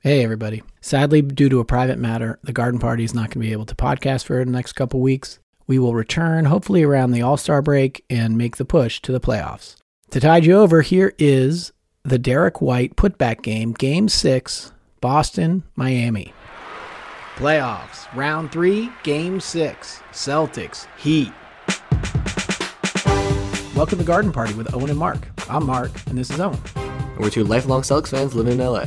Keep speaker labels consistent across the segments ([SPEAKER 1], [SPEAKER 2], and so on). [SPEAKER 1] Hey, everybody. Sadly, due to a private matter, the garden party is not going to be able to podcast for the next couple weeks. We will return, hopefully, around the All Star break and make the push to the playoffs. To tide you over, here is the Derek White putback game, Game 6, Boston, Miami. Playoffs, Round 3, Game 6, Celtics, Heat. Welcome to Garden Party with Owen and Mark. I'm Mark, and this is Owen.
[SPEAKER 2] We're two lifelong Celtics fans living in LA.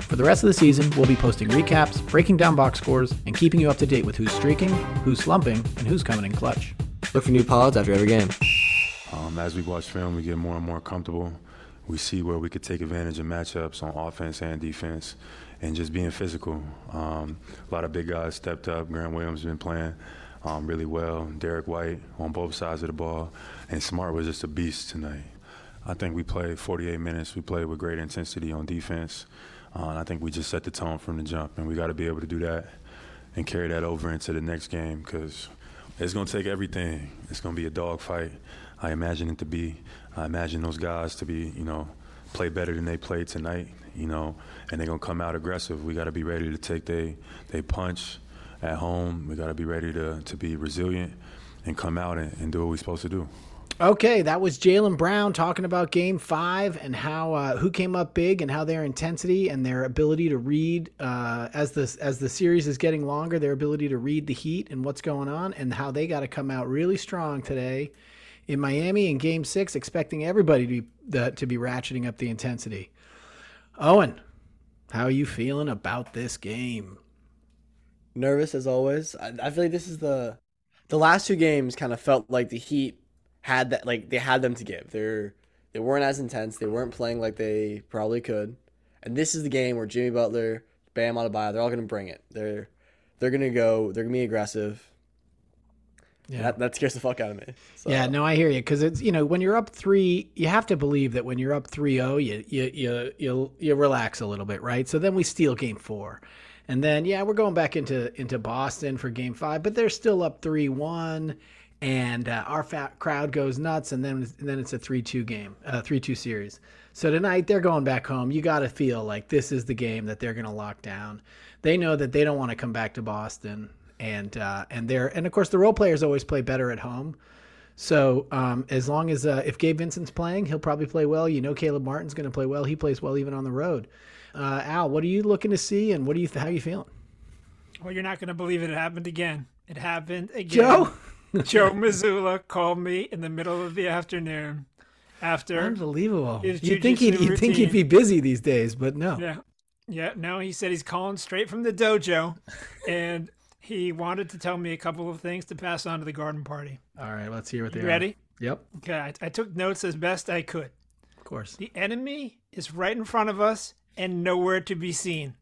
[SPEAKER 1] For the rest of the season, we'll be posting recaps, breaking down box scores, and keeping you up to date with who's streaking, who's slumping, and who's coming in clutch.
[SPEAKER 2] Look for new pods after every game.
[SPEAKER 3] Um, as we watch film, we get more and more comfortable. We see where we could take advantage of matchups on offense and defense, and just being physical. Um, a lot of big guys stepped up. Grant Williams has been playing um, really well. Derek White on both sides of the ball, and Smart was just a beast tonight. I think we played 48 minutes. We played with great intensity on defense, uh, and I think we just set the tone from the jump. And we got to be able to do that and carry that over into the next game because it's going to take everything. It's going to be a dogfight. I imagine it to be. I imagine those guys to be, you know, play better than they played tonight, you know, and they're going to come out aggressive. We got to be ready to take they, they punch at home. We got to be ready to, to be resilient and come out and, and do what we're supposed to do.
[SPEAKER 1] Okay, that was Jalen Brown talking about Game Five and how uh, who came up big and how their intensity and their ability to read uh, as the as the series is getting longer, their ability to read the heat and what's going on, and how they got to come out really strong today in Miami in Game Six, expecting everybody to be the, to be ratcheting up the intensity. Owen, how are you feeling about this game?
[SPEAKER 4] nervous as always. I, I feel like this is the the last two games kind of felt like the Heat had that like they had them to give. They're they weren't as intense. They weren't playing like they probably could. And this is the game where Jimmy Butler, Bam Adebayo, they're all gonna bring it. They're they're gonna go. They're gonna be aggressive. Yeah, that, that scares the fuck out of me. So,
[SPEAKER 1] Yeah, no, I hear you because it's you know when you're up three, you have to believe that when you're up 3-0, you you you you you relax a little bit, right? So then we steal game four, and then yeah, we're going back into into Boston for game five, but they're still up three one, and uh, our fat crowd goes nuts, and then and then it's a three two game, uh, three two series. So tonight they're going back home. You got to feel like this is the game that they're going to lock down. They know that they don't want to come back to Boston. And uh, and they're and of course the role players always play better at home, so um, as long as uh, if Gabe Vincent's playing, he'll probably play well. You know, Caleb Martin's going to play well. He plays well even on the road. Uh, Al, what are you looking to see, and what do you how are you feeling?
[SPEAKER 5] Well, you're not going to believe it. It happened again. It happened again.
[SPEAKER 1] Joe?
[SPEAKER 5] Joe Missoula called me in the middle of the afternoon after.
[SPEAKER 1] Unbelievable.
[SPEAKER 5] His
[SPEAKER 1] You think he'd
[SPEAKER 5] jujitsu
[SPEAKER 1] you think he'd be
[SPEAKER 5] routine.
[SPEAKER 1] busy these days, but no.
[SPEAKER 5] Yeah. Yeah. No, he said he's calling straight from the dojo and he wanted to tell me a couple of things to pass on to the garden party.
[SPEAKER 1] All right, let's hear what they
[SPEAKER 5] You
[SPEAKER 1] are.
[SPEAKER 5] ready?
[SPEAKER 1] Yep,
[SPEAKER 5] Okay. I, I took notes as best I could.
[SPEAKER 1] of course.
[SPEAKER 5] The enemy is right in front of us and nowhere to be seen.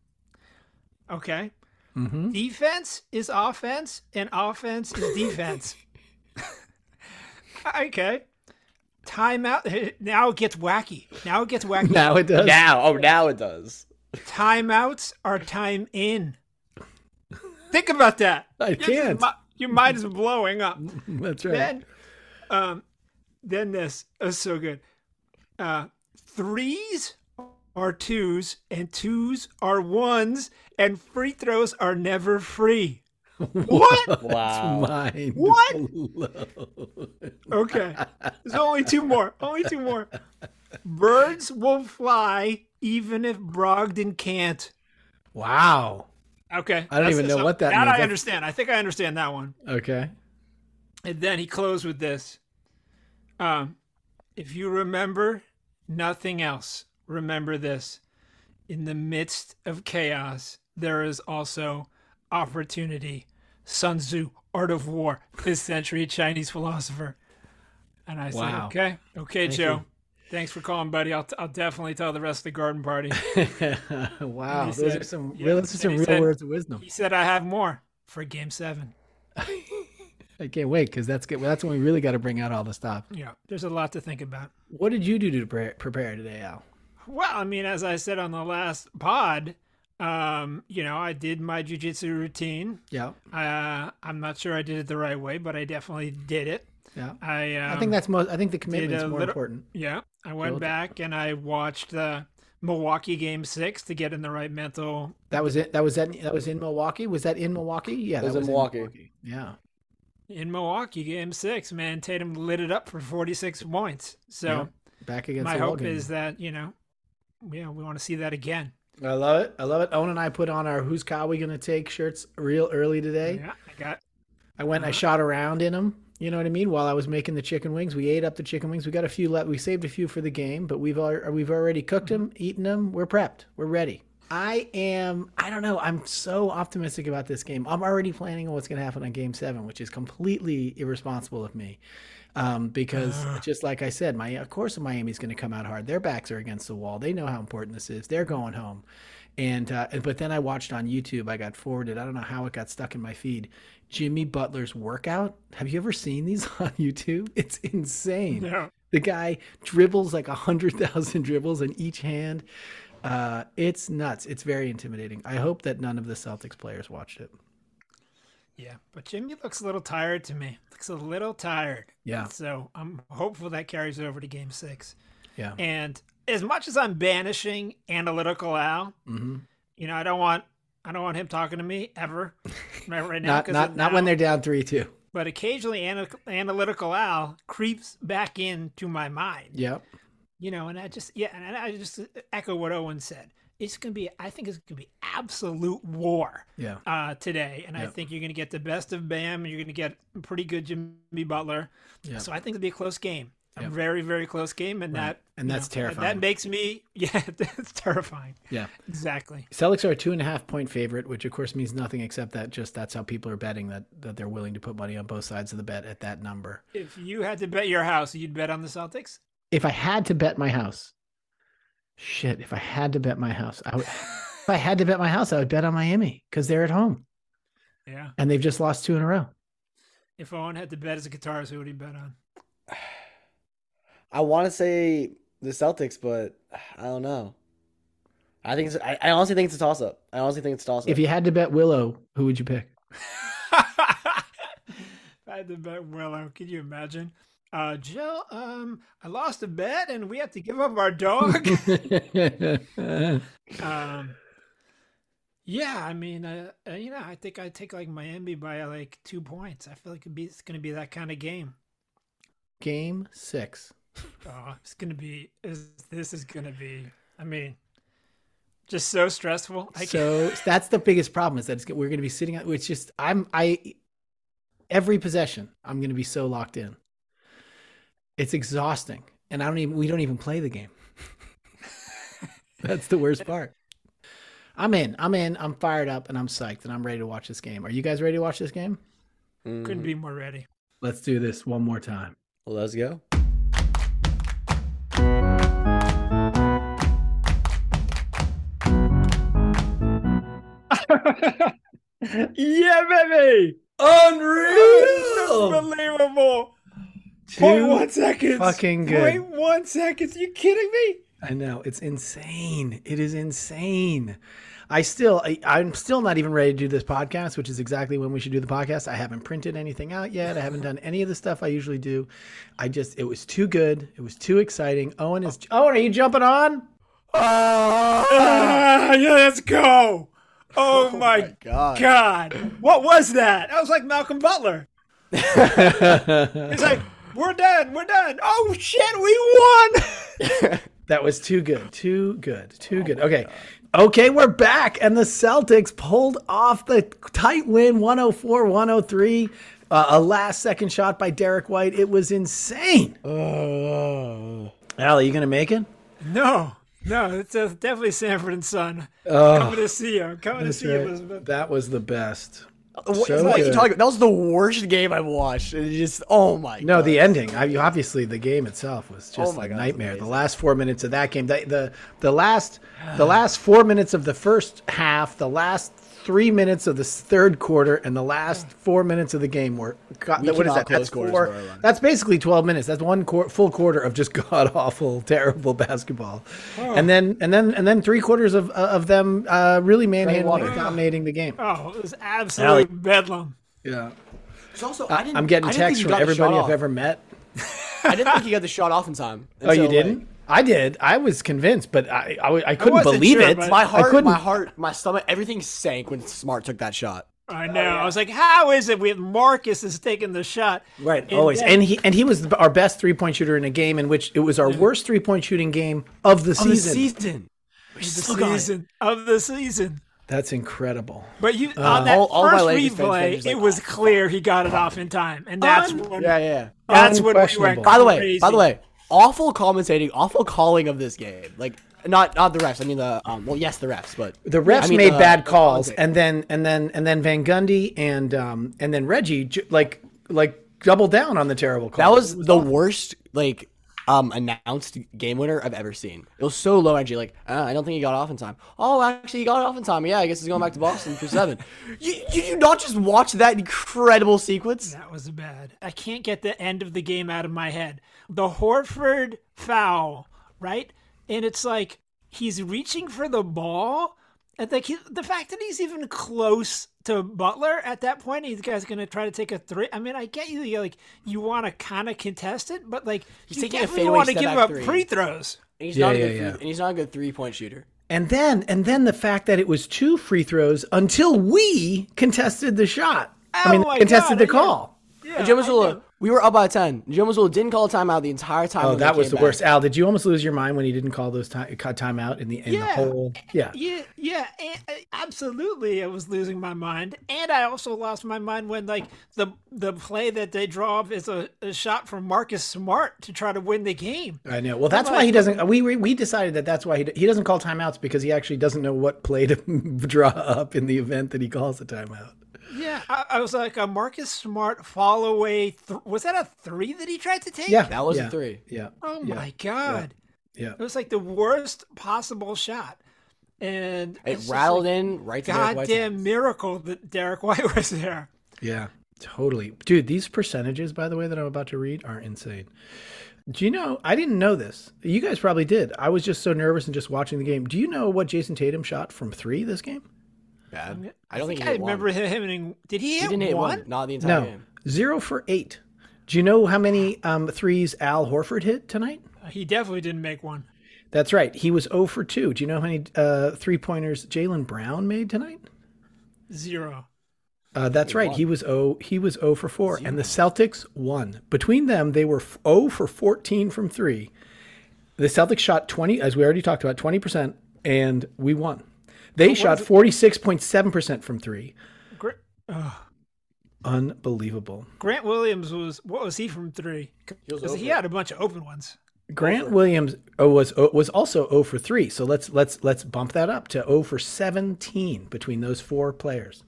[SPEAKER 5] Okay. Mm-hmm. Defense is offense, and offense is defense. okay. Timeout. Now it gets wacky. Now it gets wacky.
[SPEAKER 1] Now it does.
[SPEAKER 4] now, oh, now it does.
[SPEAKER 5] Timeouts are time in. Think about that.
[SPEAKER 1] I can't.
[SPEAKER 5] Mi- Your mind is blowing up.
[SPEAKER 1] That's right.
[SPEAKER 5] Then, um, then this is so good. Uh, threes are twos, and twos are ones, and free throws are never free. What?
[SPEAKER 4] Wow.
[SPEAKER 1] Mine.
[SPEAKER 5] What? Okay. There's only two more. Only two more. Birds will fly even if Brogdon can't.
[SPEAKER 1] Wow.
[SPEAKER 5] Okay.
[SPEAKER 1] I don't even know what that
[SPEAKER 5] That
[SPEAKER 1] means.
[SPEAKER 5] I understand. I think I understand that one.
[SPEAKER 1] Okay.
[SPEAKER 5] And then he closed with this. Um, if you remember nothing else, remember this. In the midst of chaos, there is also opportunity. Sun Tzu, Art of War, 5th century Chinese philosopher. And I said,
[SPEAKER 1] Wow.
[SPEAKER 5] okay, okay, Joe. Thanks for calling, buddy. I'll, I'll definitely tell the rest of the garden party.
[SPEAKER 1] wow. Those
[SPEAKER 5] said-
[SPEAKER 1] are some
[SPEAKER 5] yeah,
[SPEAKER 1] real, those are
[SPEAKER 5] and
[SPEAKER 1] some
[SPEAKER 5] he
[SPEAKER 1] real
[SPEAKER 5] said-
[SPEAKER 1] words of wisdom.
[SPEAKER 5] he said, I have more for game seven.
[SPEAKER 1] I can't wait because that's good. That's when we really got to bring out all the stuff.
[SPEAKER 5] Yeah, there's a lot to think about.
[SPEAKER 1] What did you do to pre- prepare today, Al?
[SPEAKER 5] Well, I mean, as I said on the last pod, um, you know, I did my jujitsu routine.
[SPEAKER 1] Yeah.
[SPEAKER 5] Uh, I'm not sure I did it the right way, but I definitely did it.
[SPEAKER 1] Yeah.
[SPEAKER 5] I um,
[SPEAKER 1] I think that's most. I think the commitment's
[SPEAKER 5] a
[SPEAKER 1] more
[SPEAKER 5] little-
[SPEAKER 1] important.
[SPEAKER 5] yeah. I went
[SPEAKER 1] Build-
[SPEAKER 5] back and I watched the Milwaukee game six to get in the right mental.
[SPEAKER 1] That was it. That was that. That was in Milwaukee. Was that in Milwaukee? Yeah,
[SPEAKER 4] That was in Milwaukee.
[SPEAKER 1] Yeah.
[SPEAKER 5] In Milwaukee game six, man, Tatum lit it up for 46 points. So
[SPEAKER 1] Back against
[SPEAKER 5] my
[SPEAKER 1] the wall
[SPEAKER 5] hope
[SPEAKER 1] game.
[SPEAKER 5] is that, you know, yeah, we want to see that again.
[SPEAKER 1] I love it. I love it. Owen and I put on our "Who's Cow We Gonna Take" shirts real early today.
[SPEAKER 5] Yeah, I got
[SPEAKER 1] I went. I shot around in them. You know what I mean? While I was making the chicken wings, we ate up the chicken wings. We got a few left. We saved a few for the game, but we've al- uh, we've already cooked them, eaten them. We're prepped. We're ready. I am. I don't know. I'm so optimistic about this game. I'm already planning on what's going to happen on Game Seven, which is completely irresponsible of me, um, because just like I said, my of course Miami's going to come out hard. Their backs are against the wall. They know how important this is. They're going home, and uh, and- but then I watched on YouTube. I got forwarded. I don't know how it got stuck in my feed. Jimmy Butler's workout. Have you ever seen these on YouTube? It's insane.
[SPEAKER 5] no.
[SPEAKER 1] The guy dribbles like a hundred thousand dribbles in each hand. Uh, it's nuts. It's very intimidating. I hope that none of the Celtics players watched it.
[SPEAKER 5] Yeah, but Jimmy looks a little tired to me. Looks a little tired.
[SPEAKER 1] Yeah.
[SPEAKER 5] So I'm hopeful that carries over to game six.
[SPEAKER 1] Yeah.
[SPEAKER 5] And as much as I'm banishing analytical Al,
[SPEAKER 1] Mm-hmm.
[SPEAKER 5] you know, I don't want I don't want him talking to me ever right, right now.
[SPEAKER 1] Not
[SPEAKER 5] 'cause
[SPEAKER 1] not
[SPEAKER 5] of
[SPEAKER 1] not when
[SPEAKER 5] now.
[SPEAKER 1] they're down three two.
[SPEAKER 5] But occasionally, ana- analytical Al creeps back into my mind.
[SPEAKER 1] Yep.
[SPEAKER 5] You know, and I just yeah, and I I just echo what Owen said. It's gonna be. I think it's gonna be absolute war
[SPEAKER 1] Yeah.
[SPEAKER 5] uh, today, and I
[SPEAKER 1] Yep.
[SPEAKER 5] think you're going to get the best of Bam. and You're going to get pretty good Jimmy Butler.
[SPEAKER 1] Yep.
[SPEAKER 5] So I think it'll be a close game, a
[SPEAKER 1] Yep.
[SPEAKER 5] very very close game, and
[SPEAKER 1] Right.
[SPEAKER 5] that
[SPEAKER 1] And
[SPEAKER 5] you
[SPEAKER 1] that's
[SPEAKER 5] know, that-
[SPEAKER 1] terrifying.
[SPEAKER 5] That makes me yeah, that's terrifying.
[SPEAKER 1] Yeah.
[SPEAKER 5] Exactly.
[SPEAKER 1] Celtics are a two and a half point favorite, which of course means nothing except that just that's how people are betting that that they're willing to put money on both sides of the bet at that number.
[SPEAKER 5] If you had to bet your house, you'd bet on the Celtics.
[SPEAKER 1] If I had to bet my house, shit. If I had to bet my house, I would, if I had to bet my house, I would bet on Miami because they're at home
[SPEAKER 5] Yeah.
[SPEAKER 1] and they've just lost two in a row.
[SPEAKER 5] If Owen had to bet as a guitarist, who would he bet on?
[SPEAKER 4] I want to say the Celtics, but I don't know. I think it's, I, I honestly think it's a toss up. I honestly think it's a toss up.
[SPEAKER 1] If you had to bet Willow, who would you pick?
[SPEAKER 5] if I had to bet Willow, could you imagine? Uh, Jill, um, I lost a bet and we have to give up our dog. Um, yeah, I mean, uh, uh, you know, I think I take like Miami by uh, like two points. I feel like it'd be, it's going to be that kind of game.
[SPEAKER 1] Game six.
[SPEAKER 5] Oh, it's going to be. Is, this is going to be. I mean, just so stressful. I can't,
[SPEAKER 1] so that's the biggest problem is that it's, we're going to be sitting. It's just I'm I every possession I'm going to be so locked in. It's exhausting, and I don't even we don't even play the game. that's the worst part. I'm in. I'm in. I'm fired up, and I'm psyched, and I'm ready to watch this game. Are you guys ready to watch this game?
[SPEAKER 4] Mhm.
[SPEAKER 5] couldn't be more ready.
[SPEAKER 1] Let's do this one more time.
[SPEAKER 4] Let's go.
[SPEAKER 5] yeah, baby.
[SPEAKER 4] Unreal.
[SPEAKER 5] Unbelievable.
[SPEAKER 1] Two
[SPEAKER 5] seconds.
[SPEAKER 1] fucking good.
[SPEAKER 5] one seconds. You kidding me?
[SPEAKER 1] I know it's insane. It is insane. I still, I, I'm still not even ready to do this podcast, which is exactly when we should do the podcast. I haven't printed anything out yet. I haven't done any of the stuff I usually do. I just, it was too good. It was too exciting. Owen is. Owen, are you jumping on?
[SPEAKER 5] Ah, yeah, let's go. Oh, my,
[SPEAKER 4] God.
[SPEAKER 5] God. What was that? I was like Malcolm Butler. He's like, we're done. We're done. Oh, shit. We won.
[SPEAKER 1] That was too good. Too good. Too good. Okay. Okay, we're back. And the Celtics pulled off the tight win 104 103. Uh, a last second shot by Derek White. It was insane. Al, are you going to make it?
[SPEAKER 5] no, no, it's uh, definitely Sanford and Son. coming to see you. I'm coming to see you, Elizabeth.
[SPEAKER 1] That was the best.
[SPEAKER 4] What,
[SPEAKER 1] So
[SPEAKER 4] what are you
[SPEAKER 1] good.
[SPEAKER 4] talking about? That was the worst game I've watched. It just oh my
[SPEAKER 1] No,
[SPEAKER 4] god.
[SPEAKER 1] the ending. I, obviously, the game itself was just
[SPEAKER 4] Oh my
[SPEAKER 1] a
[SPEAKER 4] God, it's
[SPEAKER 1] nightmare. The
[SPEAKER 4] amazing.
[SPEAKER 1] last four minutes of that game, the, the the last the last four minutes of the first half, the last three minutes of the third quarter, and the last four minutes of the game were. God, what is
[SPEAKER 4] cannot
[SPEAKER 1] that?
[SPEAKER 4] close
[SPEAKER 1] That's
[SPEAKER 4] quarters
[SPEAKER 1] four.
[SPEAKER 4] very long.
[SPEAKER 1] That's basically twelve minutes. That's one quar full quarter of just god awful, terrible basketball, and then and then and then three quarters of of them uh, really manhandling, and dominating the game.
[SPEAKER 5] Oh, it was absolute
[SPEAKER 1] Alec.
[SPEAKER 5] bedlam.
[SPEAKER 1] Yeah,
[SPEAKER 4] It's also I didn't,
[SPEAKER 1] I'm getting
[SPEAKER 4] I didn't
[SPEAKER 1] texts
[SPEAKER 4] think he
[SPEAKER 1] from
[SPEAKER 4] got the shot
[SPEAKER 1] everybody
[SPEAKER 4] off.
[SPEAKER 1] I've ever met.
[SPEAKER 4] I didn't think he got the shot off in time. And
[SPEAKER 1] Oh,
[SPEAKER 4] so,
[SPEAKER 1] you
[SPEAKER 4] like,
[SPEAKER 1] didn't? I did. I was convinced, but I I, I couldn't
[SPEAKER 5] wasn't
[SPEAKER 1] believe
[SPEAKER 5] sure,
[SPEAKER 1] it.
[SPEAKER 5] but-
[SPEAKER 1] I
[SPEAKER 4] My heart,
[SPEAKER 1] couldn't-
[SPEAKER 4] my heart, my stomach, everything sank when Smart took that shot.
[SPEAKER 5] I know. I was like, how is it? We have Marcus is taking the shot.
[SPEAKER 1] Right, always.
[SPEAKER 5] then-
[SPEAKER 1] and he and he was our best three point shooter in a game in which it was our worst three point shooting game of the season.
[SPEAKER 4] season.
[SPEAKER 5] The season of the season.
[SPEAKER 1] That's incredible.
[SPEAKER 5] But you on that
[SPEAKER 4] All- all my
[SPEAKER 5] first
[SPEAKER 4] Lakers fans were
[SPEAKER 5] replay,
[SPEAKER 4] just
[SPEAKER 5] it
[SPEAKER 4] like, "Oh,
[SPEAKER 5] was clear he got it off in time, and that's when
[SPEAKER 4] Yeah, yeah.
[SPEAKER 5] that's when we went.
[SPEAKER 1] Unquestionable.
[SPEAKER 4] By the way, by
[SPEAKER 5] crazy.
[SPEAKER 4] the way, awful commentating, awful calling of this game. Like not not the refs. I mean the um. Well, yes, the refs, but
[SPEAKER 1] The refs
[SPEAKER 4] I mean,
[SPEAKER 1] made
[SPEAKER 4] uh,
[SPEAKER 1] bad
[SPEAKER 4] the
[SPEAKER 1] calls,
[SPEAKER 4] commentator.
[SPEAKER 1] and then and then and then Van Gundy and um and then Reggie j- like like doubled down on the terrible call.
[SPEAKER 4] that was the worst like um announced game winner I've ever seen. It was so low energy. Like uh, I don't think he got off in time. Oh, actually, he got off in time. Yeah, I guess he's going back to Boston for seven. you, you you not just watch that incredible sequence?
[SPEAKER 5] That was bad. I can't get the end of the game out of my head. The Horford foul, right? And it's like he's reaching for the ball. And like he, the fact that he's even close to Butler at that point, he's guy's gonna try to take a three. I mean, I get you, you like you want to kind of contest it, but like you
[SPEAKER 4] taking a
[SPEAKER 5] definitely
[SPEAKER 4] fadeaway
[SPEAKER 5] want to
[SPEAKER 4] step
[SPEAKER 5] give
[SPEAKER 4] back
[SPEAKER 5] up
[SPEAKER 4] three.
[SPEAKER 5] free throws.
[SPEAKER 4] And he's
[SPEAKER 1] Yeah,
[SPEAKER 4] not a
[SPEAKER 1] yeah,
[SPEAKER 4] good
[SPEAKER 1] yeah.
[SPEAKER 4] Three, and he's not a good three point shooter.
[SPEAKER 1] and then and then the fact that it was two free throws until we contested the shot. I
[SPEAKER 5] Oh
[SPEAKER 1] mean,
[SPEAKER 5] my
[SPEAKER 1] contested
[SPEAKER 5] God,
[SPEAKER 1] the
[SPEAKER 5] yeah.
[SPEAKER 1] call.
[SPEAKER 5] Yeah,
[SPEAKER 4] Joe Mazzulla, we were up by ten. Joe Mazzulla didn't call a timeout the entire time.
[SPEAKER 1] Oh, that was the worst. Al, did you almost lose your mind when he didn't call those time timeout in the in the
[SPEAKER 5] Yeah.
[SPEAKER 1] whole? Yeah.
[SPEAKER 5] Yeah, yeah, and, uh, absolutely. I was losing my mind, and I also lost my mind when like the the play that they draw up is a, a shot from Marcus Smart to try to win the game.
[SPEAKER 1] I know. Well, that's why he doesn't. We we- we decided that that's why he he doesn't call timeouts because he actually doesn't know what play to draw up in the event that he calls a timeout.
[SPEAKER 5] Yeah, I, I was like a Marcus Smart fall away. Th- was that a three that he tried to take?
[SPEAKER 1] Yeah,
[SPEAKER 4] That was a
[SPEAKER 1] yeah,
[SPEAKER 4] three.
[SPEAKER 1] Yeah.
[SPEAKER 5] Oh my god,
[SPEAKER 1] Yeah.
[SPEAKER 5] it was like the worst possible shot, and
[SPEAKER 4] It
[SPEAKER 5] it's just
[SPEAKER 4] rattled
[SPEAKER 5] like,
[SPEAKER 4] in right to Derek White's
[SPEAKER 5] Goddamn
[SPEAKER 4] hands.
[SPEAKER 5] miracle that Derek White was there.
[SPEAKER 1] Yeah, totally. Dude, these percentages, by the way, that I'm about to read are insane. Do you know? I didn't know this. You guys probably did. I was just so nervous and just watching the game. Do you know what Jason Tatum shot from three this game?
[SPEAKER 4] Bad. I don't think,
[SPEAKER 5] I
[SPEAKER 4] he hit one.
[SPEAKER 5] remember him hitting. Did he hit
[SPEAKER 4] He didn't hit
[SPEAKER 5] one?
[SPEAKER 4] one. Not the entire
[SPEAKER 1] No,
[SPEAKER 4] game.
[SPEAKER 1] Oh, zero for eight. Do you know how many um, threes Al Horford hit tonight?
[SPEAKER 5] He definitely didn't make one.
[SPEAKER 1] That's right. He was 0 for 2. Do you know how many uh, three pointers Jalen Brown made tonight?
[SPEAKER 5] Zero.
[SPEAKER 1] Uh, that's right. He was 0 he was 0 for 4 and the Celtics won. Between them they were f- 0 for 14 from 3. The Celtics shot 20 as we already talked about 20% and we won. They shot 46.7% from 3.
[SPEAKER 5] Gra-
[SPEAKER 1] Unbelievable.
[SPEAKER 5] Grant Williams was what was he from three? 'Cause He, had a bunch of open ones.
[SPEAKER 1] Grant Williams oh, was oh, was also 0 for 3. So let's let's let's bump that up to 0 for 17 between those four players.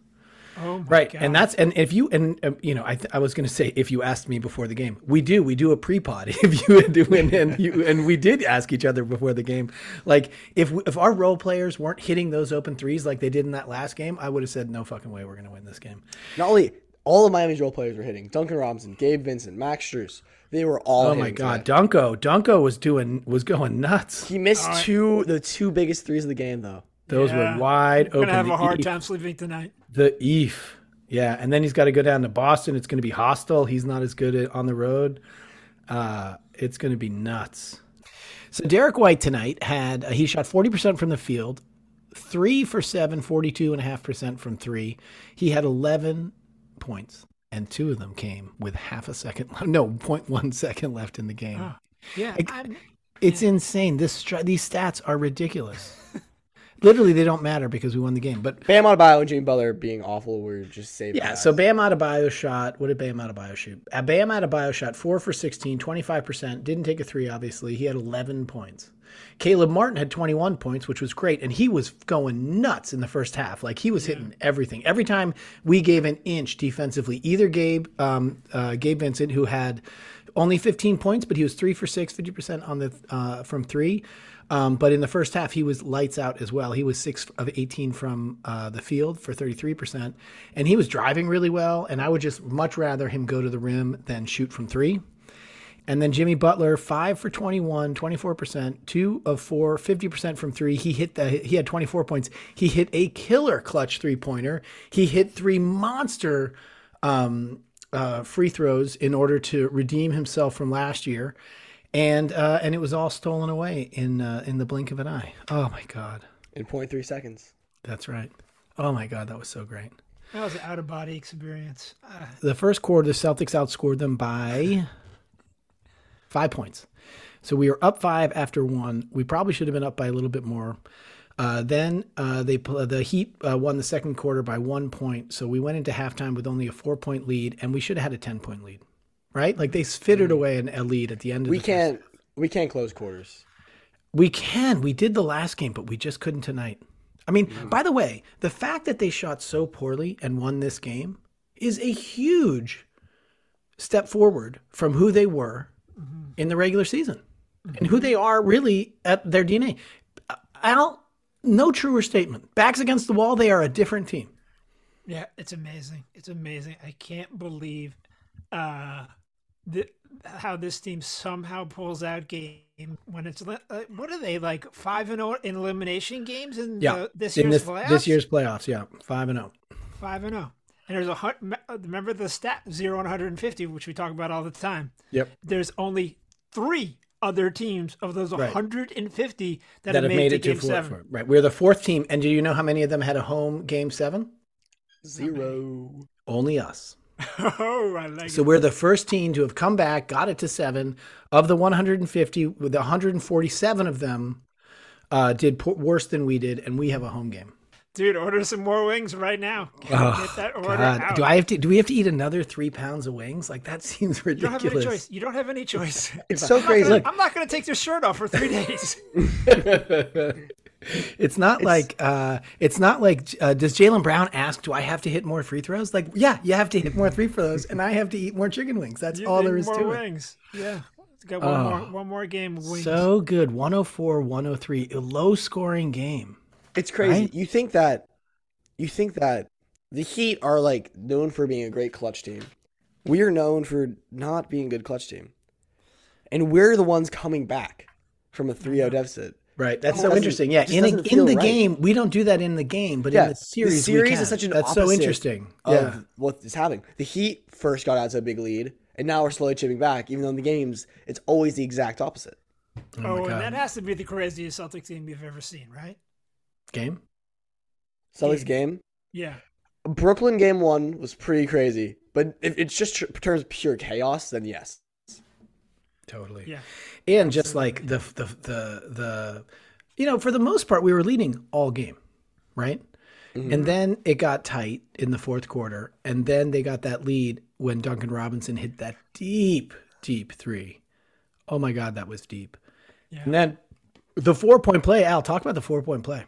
[SPEAKER 5] Oh my
[SPEAKER 1] Right,
[SPEAKER 5] god!
[SPEAKER 1] and that's and if you and um, you know, I, th- I was going to say if you asked me before the game, we do we do a pre pod if you do and, and you and we did ask each other before the game, like if we, if our role players weren't hitting those open threes like they did in that last game, I would have said no fucking way we're going to win this game.
[SPEAKER 4] Not only all of Miami's role players were hitting. Duncan Robinson, Gabe Vincent, Max Struess. They were all.
[SPEAKER 1] Oh my god, Dunko Dunko was doing was going nuts.
[SPEAKER 4] He missed two the two biggest threes of the game though.
[SPEAKER 1] Those
[SPEAKER 5] Yeah.
[SPEAKER 1] were wide
[SPEAKER 5] I'm
[SPEAKER 1] open.
[SPEAKER 5] gonna have
[SPEAKER 1] The
[SPEAKER 5] a hard
[SPEAKER 1] Eef-
[SPEAKER 5] time sleeping tonight.
[SPEAKER 1] The Eve, yeah, and then he's got to go down to Boston. It's going to be hostile. He's not as good at, on the road. Uh, it's going to be nuts. So Derek White tonight had uh, he shot 40% from the field, 3 for 7, 42.5% from 3. He had 11 points and two of them came with half a second no 0.1 second left in the game.
[SPEAKER 5] Yeah,
[SPEAKER 1] Ex-
[SPEAKER 5] I'm-
[SPEAKER 1] It's insane. This str- these stats are ridiculous. Literally they don't matter because we won the game, but
[SPEAKER 4] Bam Adebayo and Jimmy Butler being awful were just saved.
[SPEAKER 1] Yeah, so Bam Adebayo shot. What did Bam Adebayo shoot? Uh, Bam Adebayo shot four for 16, 25%. Didn't take a three, obviously. He had 11 points. Caleb Martin had 21 points, which was great. And he was going nuts in the first half. Like he was hitting everything. Every time we gave an inch defensively, either Gabe, um, uh, Gabe Vincent, who had only 15 points, but he was three for six, 50% on the uh, from three. Um, but in the first half, he was lights out as well. He was six of 18 from uh, the field for 33%. And he was driving really well. And I would just much rather him go to the rim than shoot from three. And then Jimmy Butler, five for 21, 24%, two of four, 50% from three. He hit the, he had 24 points. He hit a killer clutch three pointer. He hit three monster um, uh, free throws in order to redeem himself from last year. and uh, and it was all stolen away in uh, in the blink of an eye. Oh my god,
[SPEAKER 4] in 0.3 seconds.
[SPEAKER 1] that's right. Oh my god, that was so great.
[SPEAKER 5] That was an out of body experience. Uh,
[SPEAKER 1] The first quarter, the Celtics outscored them by five points. So we were up five after one. We probably should have been up by a little bit more. Uh, then uh, they pl- the Heat uh, won the second quarter by one point. So we went into halftime with only a four point lead, and we should have had a ten point lead, right? Like they fittered away an, a lead at the end. of
[SPEAKER 4] We
[SPEAKER 1] the first-
[SPEAKER 4] can't we can't close quarters.
[SPEAKER 1] We can. We did the last game, but we just couldn't tonight. I mean, by the way, the fact that they shot so poorly and won this game is a huge step forward from who they were in the regular season and who they are really at their DNA. Uh, Al, no truer statement. Backs against the wall, they are a different team.
[SPEAKER 5] yeah, it's amazing. It's amazing. I can't believe uh, the, how this team somehow pulls out game when it's li- uh, what are they like five and zero in elimination games in the, this
[SPEAKER 1] in
[SPEAKER 5] year's
[SPEAKER 1] this,
[SPEAKER 5] playoffs?
[SPEAKER 1] this year's playoffs, yeah, five and oh. zero.
[SPEAKER 5] five and zero. And there's a hun- uh, remember the stat zero and 150, which we talk about all the time.
[SPEAKER 1] Yep.
[SPEAKER 5] There's only three other teams of those 150 that,
[SPEAKER 1] That
[SPEAKER 5] have made, it to
[SPEAKER 1] to
[SPEAKER 5] game seven.
[SPEAKER 1] four. Right, we're the fourth team, and do you know how many of them had a home game seven?
[SPEAKER 4] Zero.
[SPEAKER 1] Only us.
[SPEAKER 5] Oh, I like
[SPEAKER 1] So
[SPEAKER 5] it.
[SPEAKER 1] we're the first team to have come back, got it to seven of the 150. With the 147 of them uh, did po- worse than we did, and we have a home game.
[SPEAKER 5] Dude, order some more wings right now. Get that order out.
[SPEAKER 1] Oh, Uh, do I have to? Do we have to eat another three pounds of wings? Like that seems
[SPEAKER 5] you don't
[SPEAKER 1] ridiculous.
[SPEAKER 5] have any choice. You don't have any choice.
[SPEAKER 4] It's so crazy.
[SPEAKER 5] I'm not going to take your shirt off for three days.
[SPEAKER 1] It's not like uh, it's not like uh, does Jalen Brown ask? Do I have to hit more free throws? Like, yeah, you have to hit more free throws, and I have to eat more chicken wings. That's
[SPEAKER 5] You
[SPEAKER 1] all
[SPEAKER 5] need
[SPEAKER 1] there is
[SPEAKER 5] more
[SPEAKER 1] to it. Oh.
[SPEAKER 5] wings. Yeah. Got one, more, one more game of wings.
[SPEAKER 1] So good, 104, 103, a low scoring game.
[SPEAKER 4] It's crazy.
[SPEAKER 1] Right?
[SPEAKER 4] You think that you think that the Heat are like known for being a great clutch team. We are known for not being a good clutch team. And we're the ones coming back from a 3-0 deficit.
[SPEAKER 1] Right. That's so
[SPEAKER 4] It doesn't-
[SPEAKER 1] interesting. Yeah.
[SPEAKER 4] just
[SPEAKER 1] In, a,
[SPEAKER 4] doesn't
[SPEAKER 1] in
[SPEAKER 4] feel
[SPEAKER 1] the
[SPEAKER 4] right.
[SPEAKER 1] game, we don't do that in the game, but
[SPEAKER 4] Yeah,
[SPEAKER 1] in the
[SPEAKER 4] the
[SPEAKER 1] series, we
[SPEAKER 4] series is
[SPEAKER 1] can.
[SPEAKER 4] such an
[SPEAKER 1] That's so
[SPEAKER 4] opposite
[SPEAKER 1] interesting.
[SPEAKER 4] of
[SPEAKER 1] yeah.
[SPEAKER 4] what is happening. The Heat first got out to a big lead, and now we're slowly chipping back. Even though in the games, it's always the exact opposite.
[SPEAKER 1] Oh,
[SPEAKER 5] oh,
[SPEAKER 1] my
[SPEAKER 5] and
[SPEAKER 1] God.
[SPEAKER 5] that has to be the craziest Celtic team you've ever seen, right?
[SPEAKER 1] Game.
[SPEAKER 4] Celtics game,
[SPEAKER 5] Yeah.
[SPEAKER 4] Brooklyn game one was pretty crazy, but if it's just tr- terms of pure chaos, then yes,
[SPEAKER 1] Totally.
[SPEAKER 5] Yeah.
[SPEAKER 1] And just like the, the, the, the, you know, for the most part, we were leading all game, right?
[SPEAKER 4] Mm-hmm.
[SPEAKER 1] And then it got tight in the fourth quarter. And then they got that lead when Duncan Robinson hit that deep, deep three. Oh my God, that was deep. And then the four point play, Al, talk about the four point play.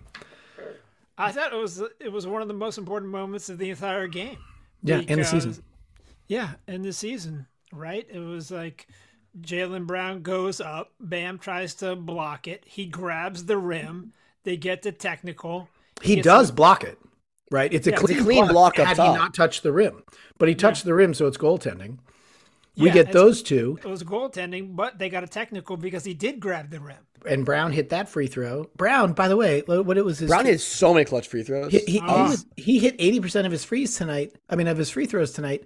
[SPEAKER 5] I thought it was it was one of the most important moments of the entire game.
[SPEAKER 1] Yeah. And the season.
[SPEAKER 5] Because- Yeah, in the season, right? It was like Jalen Brown goes up, Bam tries to block it. He grabs the rim. They get the technical.
[SPEAKER 1] He
[SPEAKER 5] gets
[SPEAKER 1] does block it, right? It's a
[SPEAKER 5] it's a
[SPEAKER 1] clean,
[SPEAKER 4] clean
[SPEAKER 1] block.
[SPEAKER 4] block up
[SPEAKER 1] had
[SPEAKER 4] top.
[SPEAKER 1] he not touched the rim, but he touched the rim, so it's goaltending. We
[SPEAKER 5] Yeah,
[SPEAKER 1] get
[SPEAKER 5] it's-
[SPEAKER 1] those two,
[SPEAKER 5] It was goaltending, but they got a technical because he did grab the rim.
[SPEAKER 1] and Brown hit that free throw. Brown, by the way, lo- what it was his
[SPEAKER 4] Brown hit so many clutch free throws.
[SPEAKER 1] He, he, he, was- he hit eighty percent of his frees tonight. I mean, of his free throws tonight.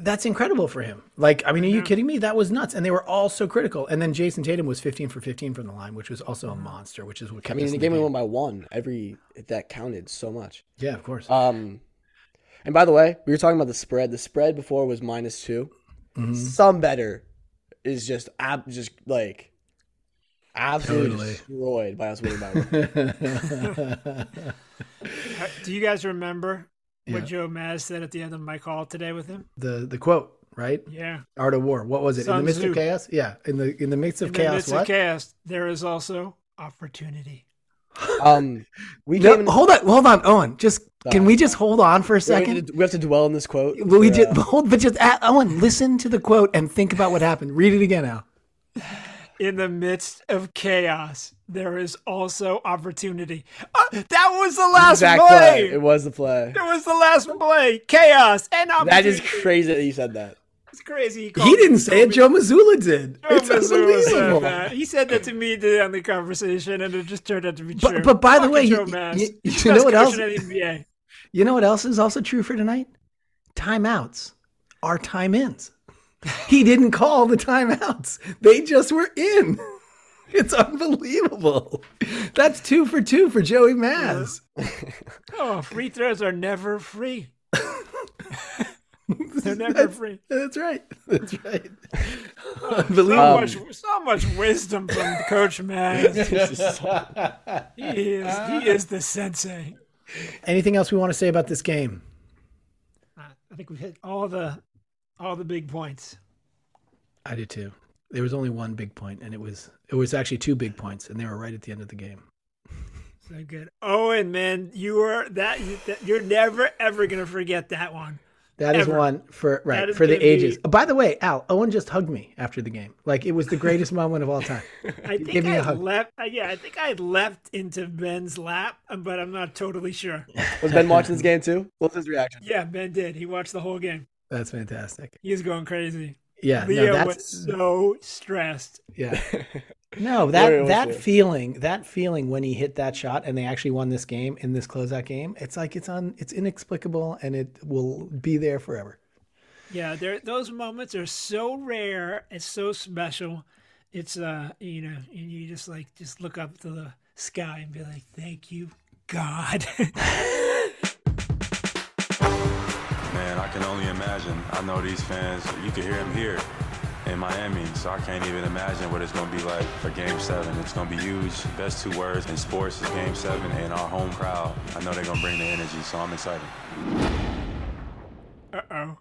[SPEAKER 1] That's incredible for him. Like, I mean, are you kidding me? That was nuts, and they were all so critical. And then Jason Tatum was fifteen for fifteen from the line, which was also a monster, which is what kept
[SPEAKER 4] I mean,
[SPEAKER 1] us
[SPEAKER 4] in the
[SPEAKER 1] in
[SPEAKER 4] game we won by one. Every that counted so much.
[SPEAKER 1] Yeah, of course.
[SPEAKER 4] Um, and by the way, we were talking about the spread. The spread before was minus two.
[SPEAKER 1] Mm-hmm.
[SPEAKER 4] Some better is just ab- just like absolutely
[SPEAKER 1] Totally.
[SPEAKER 4] destroyed by us winning by one.
[SPEAKER 5] Uh, Do you guys remember what Joe Maz said at the end of my call today with him?
[SPEAKER 1] the the quote, right?
[SPEAKER 5] Yeah.
[SPEAKER 1] Art of War. What was it? in
[SPEAKER 5] Sun
[SPEAKER 1] the midst
[SPEAKER 5] Tzu.
[SPEAKER 1] of chaos. Yeah, in the in the midst of
[SPEAKER 5] In
[SPEAKER 1] chaos.
[SPEAKER 5] the midst
[SPEAKER 1] what?
[SPEAKER 5] of chaos, there is also opportunity.
[SPEAKER 4] Um, we
[SPEAKER 1] No,
[SPEAKER 4] came.
[SPEAKER 1] hold on, hold on, Owen. Just can
[SPEAKER 4] Sorry.
[SPEAKER 1] we just hold on for a
[SPEAKER 4] we, have
[SPEAKER 1] second?
[SPEAKER 4] to, we have to dwell on this quote.
[SPEAKER 1] Well, we
[SPEAKER 4] for,
[SPEAKER 1] did
[SPEAKER 4] uh,
[SPEAKER 1] hold, but just uh, Owen, listen to the quote and think about what happened. Read it again, Al.
[SPEAKER 5] In the midst of chaos, there is also opportunity. Uh, that was the last
[SPEAKER 4] exact
[SPEAKER 5] play.
[SPEAKER 4] play. It was the play.
[SPEAKER 5] It was the last play. Chaos and
[SPEAKER 4] That
[SPEAKER 5] opportunity.
[SPEAKER 4] is crazy that you said that.
[SPEAKER 5] It's crazy. He,
[SPEAKER 1] He
[SPEAKER 5] called-
[SPEAKER 1] didn't say it. Joe Missoula did.
[SPEAKER 5] Joe
[SPEAKER 1] it's
[SPEAKER 5] Mazzulla said
[SPEAKER 1] unbelievable.
[SPEAKER 5] that. He said that to me today on the conversation, and it just turned out to be true.
[SPEAKER 1] But, but by the
[SPEAKER 5] Fucking
[SPEAKER 1] way,
[SPEAKER 5] Joe
[SPEAKER 1] you,
[SPEAKER 5] Mazz.
[SPEAKER 1] you-
[SPEAKER 5] He's the
[SPEAKER 1] you know
[SPEAKER 5] best
[SPEAKER 1] what else?
[SPEAKER 5] coach in the NBA.
[SPEAKER 1] You know what else is also true for tonight? Timeouts are time ins. He didn't call the timeouts. They just were in. It's unbelievable. That's two for two for Joey Maz.
[SPEAKER 5] Oh, free throws are never free. They're never free.
[SPEAKER 1] That's right. That's right.
[SPEAKER 5] So
[SPEAKER 1] Unbelievable.
[SPEAKER 5] much, so much wisdom from Coach Maz. he is, he is the sensei.
[SPEAKER 1] Anything else we want to say about this game?
[SPEAKER 5] I think we've hit all the, all the big points.
[SPEAKER 1] I did too. There was only one big point, and it was it was actually two big points, and they were right at the end of the game.
[SPEAKER 5] So good. Owen, man, you are that, that you're never ever gonna forget that one.
[SPEAKER 1] That is
[SPEAKER 5] Ever.
[SPEAKER 1] one for
[SPEAKER 5] That
[SPEAKER 1] right
[SPEAKER 5] is
[SPEAKER 1] for the
[SPEAKER 5] gonna be-
[SPEAKER 1] ages. Oh, By the way, Al Owen just hugged me after the game. Like it was the greatest moment of all time.
[SPEAKER 5] I think
[SPEAKER 1] me
[SPEAKER 5] I
[SPEAKER 1] a hug.
[SPEAKER 5] leapt. uh, Yeah, I think I leapt into Ben's lap, um, but I'm not totally sure.
[SPEAKER 4] Was Ben watching this game too? What was his reaction?
[SPEAKER 5] Yeah, Ben did. He watched the whole game.
[SPEAKER 1] That's fantastic.
[SPEAKER 5] He was going crazy.
[SPEAKER 1] Yeah, no,
[SPEAKER 5] Leo was
[SPEAKER 1] that's
[SPEAKER 5] so stressed.
[SPEAKER 1] yeah. No, that
[SPEAKER 4] Very well
[SPEAKER 1] that
[SPEAKER 4] said.
[SPEAKER 1] feeling, that feeling when he hit that shot and they actually won this game in this closeout game, it's like it's on it's inexplicable and it will be there forever.
[SPEAKER 5] Yeah, there. Those moments are so rare and so special. It's uh, you know, and you just like just look up to the sky and be like, "Thank you, God."
[SPEAKER 3] Man, I can only imagine. I know these fans, you can hear them here in Miami, so I can't even imagine what it's going to be like for Game 7. It's going to be huge. Best two words in sports is Game 7 and our home crowd. I know they're going to bring the energy, so I'm excited.
[SPEAKER 5] uh oh,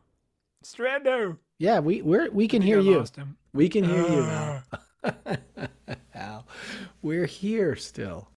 [SPEAKER 5] Strando.
[SPEAKER 1] Yeah, we we're, we can
[SPEAKER 5] I
[SPEAKER 1] hear you.
[SPEAKER 5] lost him.
[SPEAKER 1] We can hear you,
[SPEAKER 5] Ah.
[SPEAKER 1] Al. Al. We're here still.